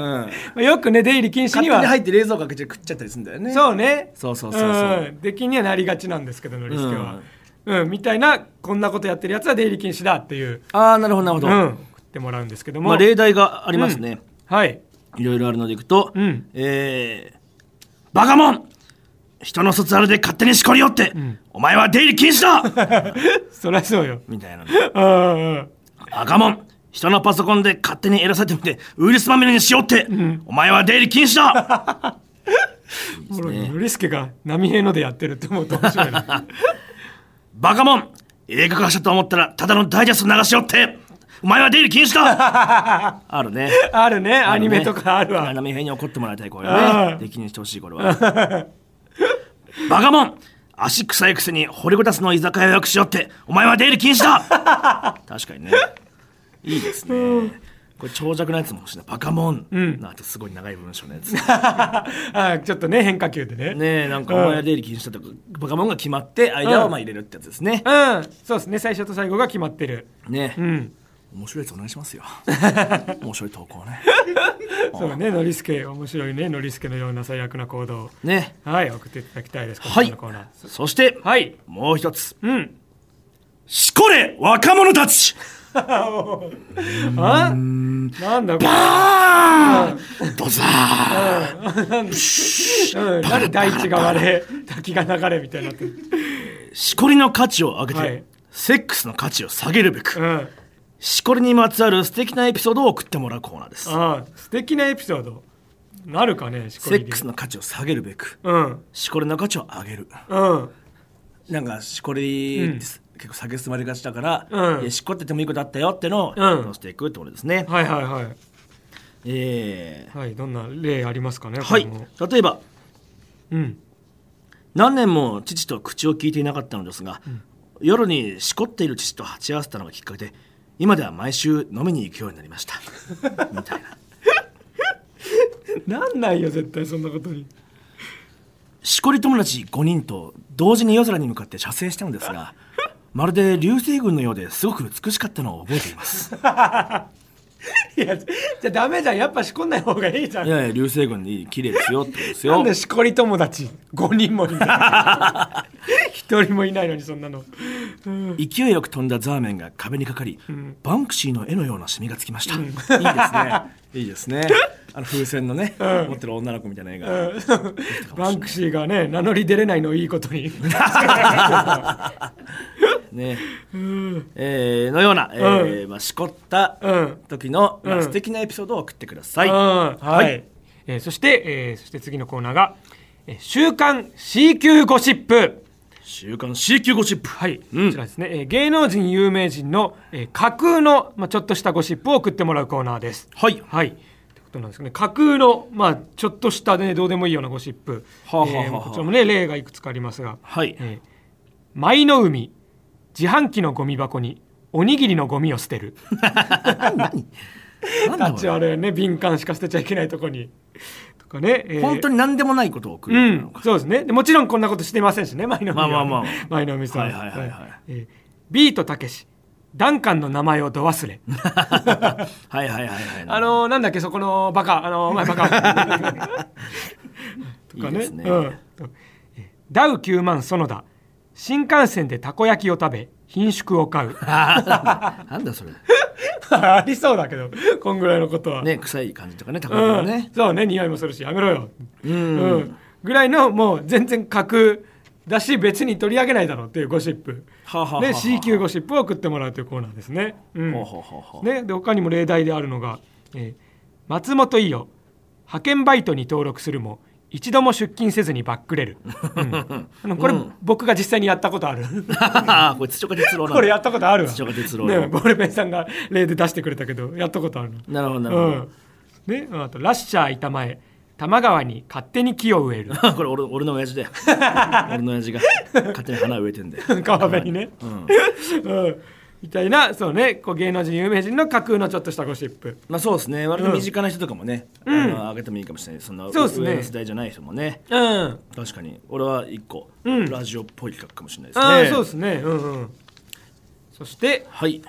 Speaker 1: まあよくね出入り禁止
Speaker 2: 勝
Speaker 1: に
Speaker 2: 手
Speaker 1: は
Speaker 2: に入って冷蔵庫開けて食っちゃったりするんだよね
Speaker 1: そうね
Speaker 2: そうそうそうそうん
Speaker 1: 出禁にはなりがちなんですけどノリスケは、うん、みたいなこんなことやってるやつは出入り禁止だっていう、
Speaker 2: ああなるほどなるほ
Speaker 1: う
Speaker 2: ど、
Speaker 1: ん、送ってもらうんですけども、
Speaker 2: まあ、例題がありますね、
Speaker 1: はい
Speaker 2: いろいろあるのでいくと、
Speaker 1: うん
Speaker 2: えーバカモン人の卒アルで勝手にしこりよって、お前は出入り禁止だ
Speaker 1: そりゃそうよ
Speaker 2: みたいなの
Speaker 1: うんうん
Speaker 2: 赤モン人のパソコンで勝手に偉されてみてウイルスまみれにしようって、お前は出入り禁止だ
Speaker 1: 俺ノリスケが波平のでやってるって思うと面白い な
Speaker 2: バカモン映画化したと思ったらただのダイジェスト流しようってお前は出入り禁止だあるね
Speaker 1: あるね アニメとかあるわ、
Speaker 2: アナミに怒ってもらいたいこれ
Speaker 1: あ
Speaker 2: は
Speaker 1: あ
Speaker 2: ね出禁にしてほしいこれはバカモン足臭いくせに掘りごたつの居酒屋予約しようってお前は出入り禁止だ確かにねいいですねこれ長尺のやつも欲しいなバカモン、なんてすごい長い文章のやつね
Speaker 1: あちょっとね変化球でね
Speaker 2: えなんかお前は出入り禁止だとかバカモンが決まって間をまあ入れるってやつですね
Speaker 1: うんそうですね最初と最後が決まってる
Speaker 2: ねえ
Speaker 1: うん
Speaker 2: 面白いやつお願い しますよ面白い投稿ね
Speaker 1: そうねノリスケ面白いねノリスケのような最悪な行動を
Speaker 2: ね
Speaker 1: はい送っていただきたいです
Speaker 2: は
Speaker 1: こちら
Speaker 2: い
Speaker 1: のコーナー
Speaker 2: そして、
Speaker 1: はい
Speaker 2: もう一つ
Speaker 1: うん
Speaker 2: しこれ若者たち
Speaker 1: あなんだこ
Speaker 2: あードザー
Speaker 1: れ、うん、なんで大地が割れ 滝が流れみたいになってる
Speaker 2: しこりの価値を上げて、
Speaker 1: はい
Speaker 2: セックスの価値を下げるべく、
Speaker 1: うん
Speaker 2: しこりにまつわる素敵なエピソードを送ってもらうコーナーです
Speaker 1: あ素敵なエピソードなるかねしこ
Speaker 2: セ
Speaker 1: り
Speaker 2: ッ
Speaker 1: で
Speaker 2: クスの価値を下げるべく
Speaker 1: うん
Speaker 2: しこりの価値を上げる
Speaker 1: うん
Speaker 2: なんかしこりってす、結構下げすまれがちだから、
Speaker 1: うん
Speaker 2: いやしこっててもいいことあったよってのを
Speaker 1: うん
Speaker 2: 載せていくってことですね、
Speaker 1: はいはいはい
Speaker 2: え
Speaker 1: はいどんな例ありますかね
Speaker 2: ーはい
Speaker 1: これも
Speaker 2: 例えば
Speaker 1: うん
Speaker 2: 何年も父と口を聞いていなかったのですが、夜にしこっている父と鉢合わせたのがきっかけで今では毎週飲みに行くようになりました みたいな
Speaker 1: なんないよ絶対そんなことに
Speaker 2: しこり友達5人と同時に夜空に向かって射精したのですがまるで流星群のようですごく美しかったのを覚えています
Speaker 1: いやじゃあダメじゃんやっぱしこんない方がいいじゃん
Speaker 2: いやいや流星群に綺麗ですよってことです
Speaker 1: なん
Speaker 2: よ
Speaker 1: でしこり友達5人もいない1 人もいないのにそんなの
Speaker 2: 勢いよく飛んだザーメンが壁にかかり、バンクシーの絵のようなシミがつきました、いいですねいいですねあの風船のね、持ってる女の子みたいな絵が、
Speaker 1: バンクシーがね名乗り出れないのをいいこと に
Speaker 2: ね、えーのような、えーまあ、しこった
Speaker 1: うん
Speaker 2: 時の、ま
Speaker 1: う
Speaker 2: あ、
Speaker 1: ん
Speaker 2: 素敵なエピソードを送ってください、
Speaker 1: うんはい、えーそして、えーそして次のコーナーが「えー週刊 C 級ゴシップ
Speaker 2: 週刊 C 級ゴシップ」は
Speaker 1: はい、
Speaker 2: うん
Speaker 1: こちらですね、えー芸能人有名人の、えー架空の、まあ、ちょっとしたゴシップを送ってもらうコーナーです
Speaker 2: はい
Speaker 1: はいということなんですけどね架空の、まあ、ちょっとしたねどうでもいいようなゴシップ、
Speaker 2: はあはあはあ
Speaker 1: えーこちらもね例がいくつかありますが
Speaker 2: はい
Speaker 1: えー舞の海自販機のゴミ箱におにぎりのゴミを捨てる
Speaker 2: なんだ
Speaker 1: あ
Speaker 2: こ
Speaker 1: ち
Speaker 2: れ
Speaker 1: あれね敏感しか捨てちゃいけないとこにとかね、えー
Speaker 2: 本当に何でもないことを送
Speaker 1: う
Speaker 2: る、
Speaker 1: ん、そうですねでもちろんこんなことしてませんしね舞の海は
Speaker 2: まあまあまあ
Speaker 1: 舞の海さん
Speaker 2: はいはいはいはい
Speaker 1: えービートたけしダンカンの名前をど忘れ
Speaker 2: はいはいはいはい
Speaker 1: あのーなんだっけそこのバカあ のーお前バ カとか
Speaker 2: いい
Speaker 1: ね
Speaker 2: ですね
Speaker 1: うんえーダウ9万園田新幹線でたこ焼きを食べ品種を買う
Speaker 2: なんだそれ
Speaker 1: ありそうだけどこんぐらいのことは
Speaker 2: ね臭い感じとかねたこ
Speaker 1: う
Speaker 2: 焼
Speaker 1: ん
Speaker 2: きのね、
Speaker 1: そうね匂いもするしやめろよ、
Speaker 2: うん
Speaker 1: うんぐらいのもう全然架空だし別に取り上げないだろうっていうゴシップ
Speaker 2: はあはあはあ
Speaker 1: で C 級ゴシップを送ってもらうというコーナーですね。うん
Speaker 2: ほうほうほうほう
Speaker 1: ねで他にも例題であるのが、えー松本伊代派遣バイトに登録するも一度も出勤せずにバックレる、うんあのこれ、僕が実際にやったことある
Speaker 2: これ土岡哲郎なんだ
Speaker 1: これやったことあるわ
Speaker 2: 土岡哲郎
Speaker 1: ねボールペンさんが例で出してくれたけどやったことあるの
Speaker 2: なるほどなるほど、
Speaker 1: うん、ねあとラッシャー板前多摩川に勝手に木を植え る
Speaker 2: これ俺俺の親父だよ 俺の親父が勝手に花植えてんだよ
Speaker 1: 川辺にね、
Speaker 2: ん
Speaker 1: うんみたいなそうねこう芸能人有名人の架空のちょっとしたゴシップ
Speaker 2: まあそうですね割と身近な人とかもね、あのあげてもいいかもしれないそんな
Speaker 1: そうですね
Speaker 2: 上の世代じゃない人もね
Speaker 1: うん
Speaker 2: 確かに俺は一個、
Speaker 1: うん
Speaker 2: ラジオっぽい企画かもしれないですね
Speaker 1: ああそうですねうんうんそして、
Speaker 2: はい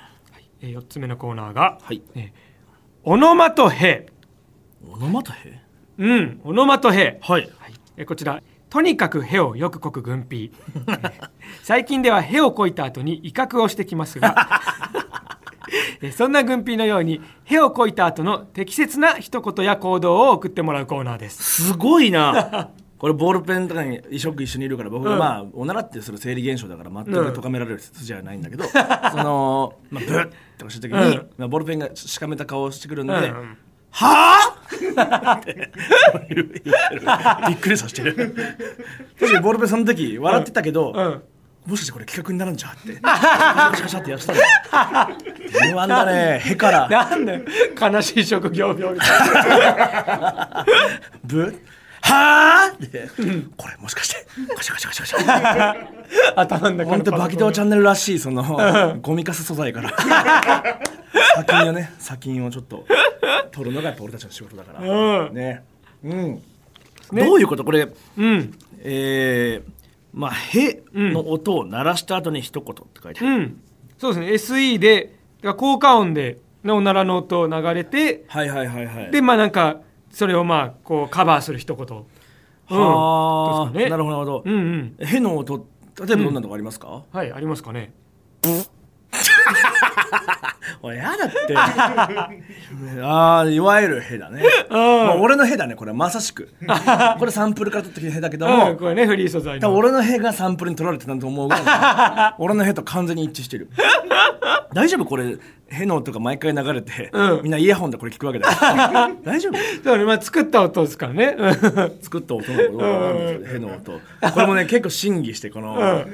Speaker 1: え4つ目のコーナーが
Speaker 2: はい
Speaker 1: え「オノマトヘ
Speaker 2: オノマトヘ」
Speaker 1: うん「オノマトヘ」
Speaker 2: はい
Speaker 1: はいえこちらとにかくへをよくこく軍艇最近ではへをこいた後に威嚇をしてきますがえそんな軍艇のようにへをこいた後の適切な一言や行動を送ってもらうコーナーです
Speaker 2: すごいなこれボールペンとかに一色一緒にいるから僕がまあ、おならってする生理現象だから全く
Speaker 1: うん
Speaker 2: 咎められる筋合いはないんだけど、その、まあ、ブッとかした時に、
Speaker 1: うん
Speaker 2: まあ、ボールペンがしかめた顔をしてくるんで、
Speaker 1: うん
Speaker 2: はぁって言ってるびっくりさせてる確かにボールペンその時笑ってたけど、
Speaker 1: うん
Speaker 2: もしかしてこれ企画になるんじゃってシャシャシャってやってたの不安だねへから
Speaker 1: なんだよ悲しい職業病みたいな
Speaker 2: ブッはぁってこれもしかしてガシャガシャガシャガシャ
Speaker 1: 頭の中の
Speaker 2: 本当バキドーチャンネルらしいそのゴミかす素材から 砂金をね砂金をちょっと取るのがやっぱ俺たちの仕事だから、
Speaker 1: うん
Speaker 2: ねうんどういうことこれ
Speaker 1: うん
Speaker 2: えー、まあ「へ」の音を鳴らした後に一言って書いてあ
Speaker 1: う
Speaker 2: る、
Speaker 1: んそうですね SE でだから効果音でのおならの音を流れて
Speaker 2: はいはいはいはい
Speaker 1: でまあなんかそれをまあこうカバーする一言
Speaker 2: はあ、
Speaker 1: ですかね
Speaker 2: なるほどなるほど
Speaker 1: うんうん
Speaker 2: 「へ」の音例えばどんなとこありますか、
Speaker 1: はいありますかね
Speaker 2: おいやだって ああいわゆる「へ」だね、まあ、俺の「へ」だねこれはまさし くこれサンプルから取ってきた「へ」だけども、
Speaker 1: うんこれねフリー素材
Speaker 2: 多
Speaker 1: の
Speaker 2: 分俺の「へ」がサンプルに取られてたと思う ぐらい俺の「へ」と完全に一致してる大丈夫これ「へ」の音が毎回流れて、
Speaker 1: うん
Speaker 2: みんなイヤホンでこれ聞くわけ だよ大丈夫
Speaker 1: そうねまあ作った音ですから ねうん
Speaker 2: 作った音のことが分かるんですよ、への音。これ もね、結構審議して、この、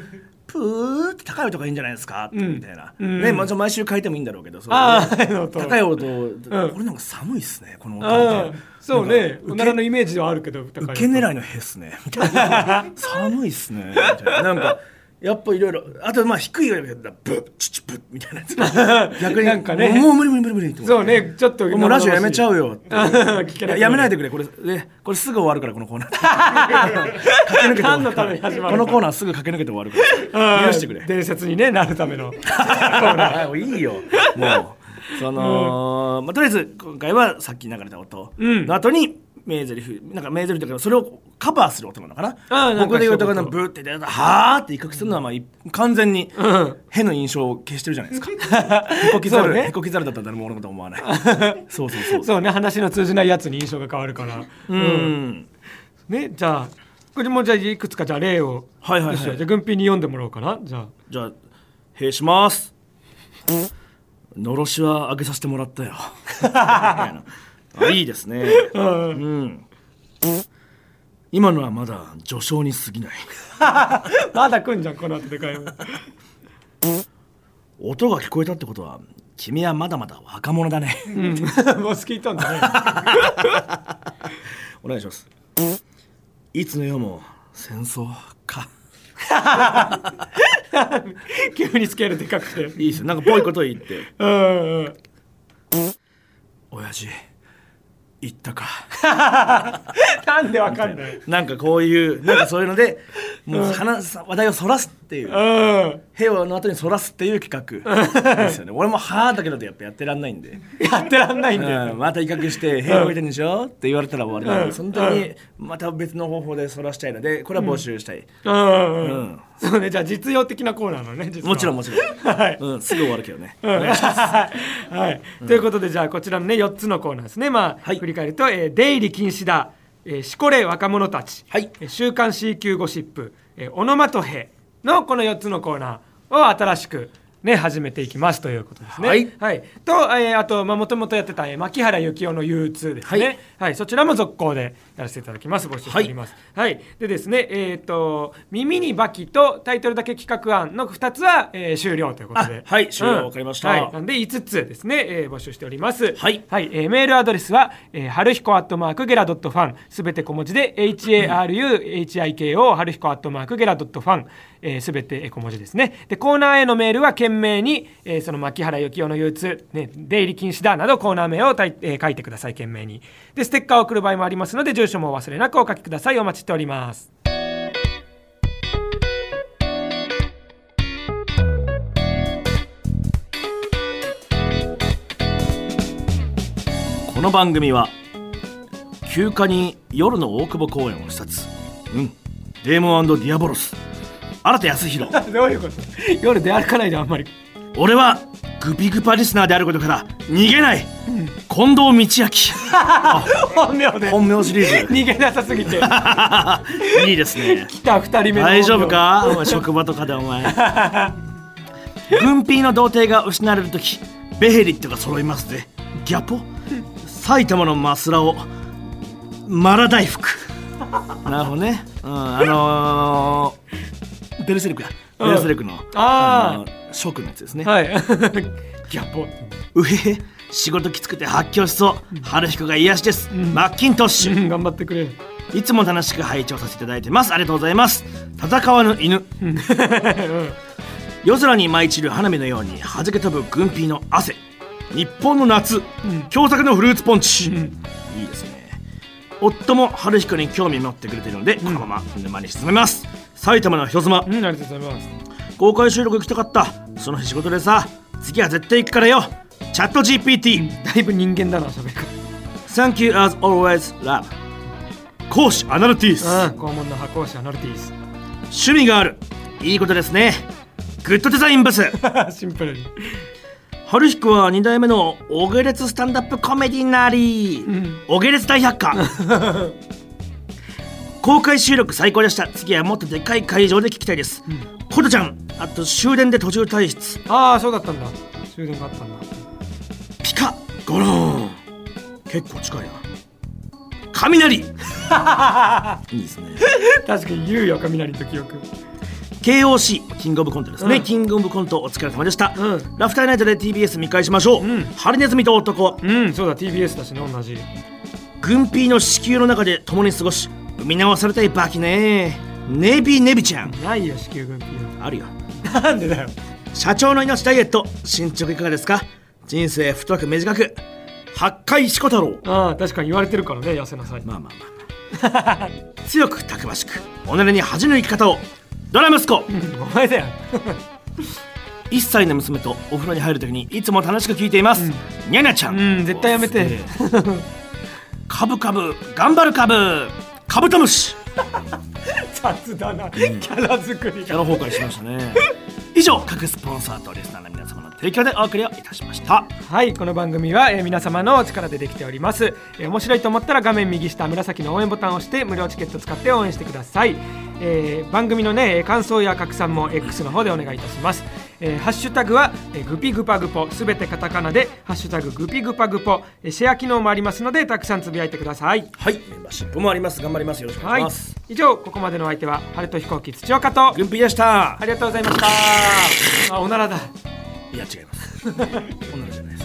Speaker 2: プーって高い音がいいんじゃないですかってみたいな。
Speaker 1: ん
Speaker 2: ね、まあ、ちょ毎週変えてもいいんだろうけど、そう
Speaker 1: ああへの音
Speaker 2: 高い音、
Speaker 1: ん
Speaker 2: これなんか寒いっすね、この音みた
Speaker 1: あ
Speaker 2: いな
Speaker 1: あ。そうねお
Speaker 2: なん
Speaker 1: な
Speaker 2: から
Speaker 1: のイメージではあるけど受
Speaker 2: 受け狙いのへっすね、みた いな。寒いっすね、みたいな。なんか、やっぱいろいろ、あとまあ低いよりだブッ、チチブッみたいなやつ。逆に、
Speaker 1: なんかね
Speaker 2: もう無理無理無理無理って思って
Speaker 1: そうねちょっと
Speaker 2: もうラジオやめちゃう よって
Speaker 1: 聞け
Speaker 2: い
Speaker 1: な
Speaker 2: や
Speaker 1: い
Speaker 2: やめないでくれこれ,、ね、これすぐ終わるからこのコーナー 駆け抜けて終わるから
Speaker 1: 何のために始まる
Speaker 2: こ
Speaker 1: の
Speaker 2: のコーナーすぐ駆け抜けて終わるから許してくれ
Speaker 1: 伝説にねなるための
Speaker 2: もういいよもうその、まあ、とりあえず今回はさっき流れた音
Speaker 1: うん
Speaker 2: の後に名台詞なんか名台詞とかそれをカバーする音なのか
Speaker 1: あーな
Speaker 2: な
Speaker 1: んか
Speaker 2: 僕で言うとこの
Speaker 1: 一
Speaker 2: ブーって出たはーって威嚇するのはまあい完全に
Speaker 1: ん
Speaker 2: への印象を消してるじゃない ですかへこきざ
Speaker 1: そう
Speaker 2: る、
Speaker 1: ね
Speaker 2: へこきざるだったら誰も俺のこと思わ ないそうそうそう
Speaker 1: そうね話の通じないやつに印象が変わるから
Speaker 2: うん
Speaker 1: ねじゃあこれもじゃあいくつかじゃあ例を
Speaker 2: はいはいはい
Speaker 1: どうしようじゃあ軍品に読んでもらおうかなじゃあ
Speaker 2: じゃあ、閉します。のろしは上げさせてもらったよ。みたいなあいいですね。うん。今のはまだ序章に過ぎない。
Speaker 1: まだ来んじゃんこの後でかいの
Speaker 2: 音が聞こえたってことは、君はまだまだ若者だね。
Speaker 1: うんモスキートんだね
Speaker 2: お願いします。いつの世も戦争か。
Speaker 1: 急にスケールでかくて うん
Speaker 2: いいですね。なんかぽいこと言って。
Speaker 1: うんうん
Speaker 2: 親父、言ったか。
Speaker 1: なんでわかんない
Speaker 2: なんかこういう、なんかそういうので、もう話す話題をそらすっていう。
Speaker 1: うん
Speaker 2: 平和の後にそらすっていう企 画ですよね俺も「はあ」だけどやっぱやってらんないんで、
Speaker 1: やってらんないんだよ
Speaker 2: うんまた威嚇して「平和置いてんでしょ?」って言われたら終わりなんでその時にまた別の方法でそらしたいのでこれは募集したい、
Speaker 1: うんうんう
Speaker 2: うんん
Speaker 1: そうねじゃあ実用的なコーナーなのね実は
Speaker 2: もちろんもちろん、
Speaker 1: はい
Speaker 2: うん、すぐ終わるけどね、
Speaker 1: はい、ということでじゃあこちらのね4つのコーナーですねまあ、
Speaker 2: はい
Speaker 1: 振り返ると、えー出入り禁止だ」えー「しこれ若者たち」
Speaker 2: はい
Speaker 1: えー週刊 C 級ゴシップ」えーオノマトヘ」のこの4つのコーナーを新しくね始めていきますということですね。
Speaker 2: はい
Speaker 1: と、えーあともともとやってた、えー牧原幸雄の U2 ですね、は
Speaker 2: はいい
Speaker 1: そちらも続行でやらせていただきます募集しております。はい、でですねえっ、と「耳にバキ」とタイトルだけ企画案の2つは、えー終了ということで
Speaker 2: あはい終了
Speaker 1: うん
Speaker 2: わかりました
Speaker 1: はいなんで5つですね、えー募集しております。
Speaker 2: はい
Speaker 1: えーメールアドレスは、えー、はるひこアットマークゲラドットファン、すべて小文字で、HARUHIKO はるひこアットマークゲラドットファン、す、えー、べ、て小文字ですね。で、コーナーへのメールは懸命に、えーその牧原幸雄の憂鬱、ね、出入り禁止だなどコーナー名をたい、えー書いてください、懸命に。で、ステッカーを送る場合もありますので、住所もお忘れなくお書きください。お待ちしております。
Speaker 2: この番組は休暇に夜の大久保公園を視察うんデーモンディアボロス新田康 弘
Speaker 1: どういうこと夜出歩かないであんまり
Speaker 2: 俺はグピグパリスナーであることから逃げない近藤道明
Speaker 1: 本名で
Speaker 2: 本名シリー
Speaker 1: 逃げなさすぎ て
Speaker 2: ズいいですね
Speaker 1: 来た二人目の
Speaker 2: 大丈夫かお前職場とかでお前軍艇の童貞が失われる時ベヘリットが揃いますぜギャポ埼玉のマスラをマラ大福なるほどね、うん、あのー、ベルセルクやベルセルクの、
Speaker 1: あー
Speaker 2: のーショックのやつですね、
Speaker 1: はいギャップ
Speaker 2: うへへ仕事きつくて発狂しそう春彦が癒しです、マッキントッシュ、
Speaker 1: うん頑張ってくれる
Speaker 2: いつも楽しく拝聴させていただいてますありがとうございます戦わぬ犬夜空に舞い散る花火のように弾け飛ぶ軍艇の汗日本の夏、共作のフルーツポンチ、いいですね夫も春彦に興味持ってくれているので、このまま沼に沈めます埼玉の人妻、
Speaker 1: うんありがとうございます
Speaker 2: 公開収録行きたかったその日仕事でさ次は絶対行くからよチャット GPT、
Speaker 1: だいぶ人間だな喋り
Speaker 2: Thank you as always love 講師アナルティース、
Speaker 1: 方うん肛門の破校者ノルティース
Speaker 2: 趣味があるいいことですねグッドデザインブス
Speaker 1: シンプルに
Speaker 2: 春彦は2代目のオゲレツスタンダップコメディなり、
Speaker 1: ん
Speaker 2: オゲレツ大百科公開収録最高でした次はもっとでかい会場で聞きたいです、コトちゃんあと終電で途中退出
Speaker 1: ああそうだったんだ終電があったんだ
Speaker 2: ピカゴローン結構近いな雷いいですね
Speaker 1: 確かに言うよ雷と記憶
Speaker 2: KOC キングオブコントですね、
Speaker 1: うん
Speaker 2: キングオブコントお疲れ様でした、
Speaker 1: うん
Speaker 2: ラフターナイトで TBS 見返しましょう、
Speaker 1: うん
Speaker 2: ハリネズミと男
Speaker 1: うんそうだ TBS だしね同じ
Speaker 2: 軍艇の子宮の中で共に過ごし見直されたいバキねネビネビちゃん
Speaker 1: ないよ子宮軍艇
Speaker 2: あるよ
Speaker 1: なんでだよ
Speaker 2: 社長の命ダイエット進捗いかがですか人生太く短く八回しこ太郎
Speaker 1: ああ確かに言われてるからね痩せなさい、
Speaker 2: まあまあまあ強くたくましく己に恥じぬ生き方をドラ息子
Speaker 1: うんお前だよ
Speaker 2: 1歳の娘とお風呂に入るときにいつも楽しく聞いています、にゃにゃちゃん、
Speaker 1: うん絶対やめて
Speaker 2: ねカブカブ頑張るカブカブトムシ
Speaker 1: 雑だなキャラ作り
Speaker 2: キャラ崩壊しましたね 以上各スポンサーとリスナーの皆様の提供でお送りをいたしました
Speaker 1: はいこの番組は、えー皆様のお力でできております、えー面白いと思ったら画面右下紫の応援ボタンを押して無料チケット使って応援してください、えー番組のねえー感想や拡散も X の方でお願いいたします、えーハッシュタグは、えーグピグパグポすべてカタカナでハッシュタググピグパグポ、えーシェア機能もありますのでたくさんつぶやいてください
Speaker 2: はいメンバーシップもあります頑張りますよろしくお
Speaker 1: は
Speaker 2: 願いし
Speaker 1: い
Speaker 2: ます、
Speaker 1: 以上ここまでのお相手は春と飛行機土岡と
Speaker 2: 軍備でした
Speaker 1: ありがとうございましたあおならだ
Speaker 2: いや違いますこんなのじゃない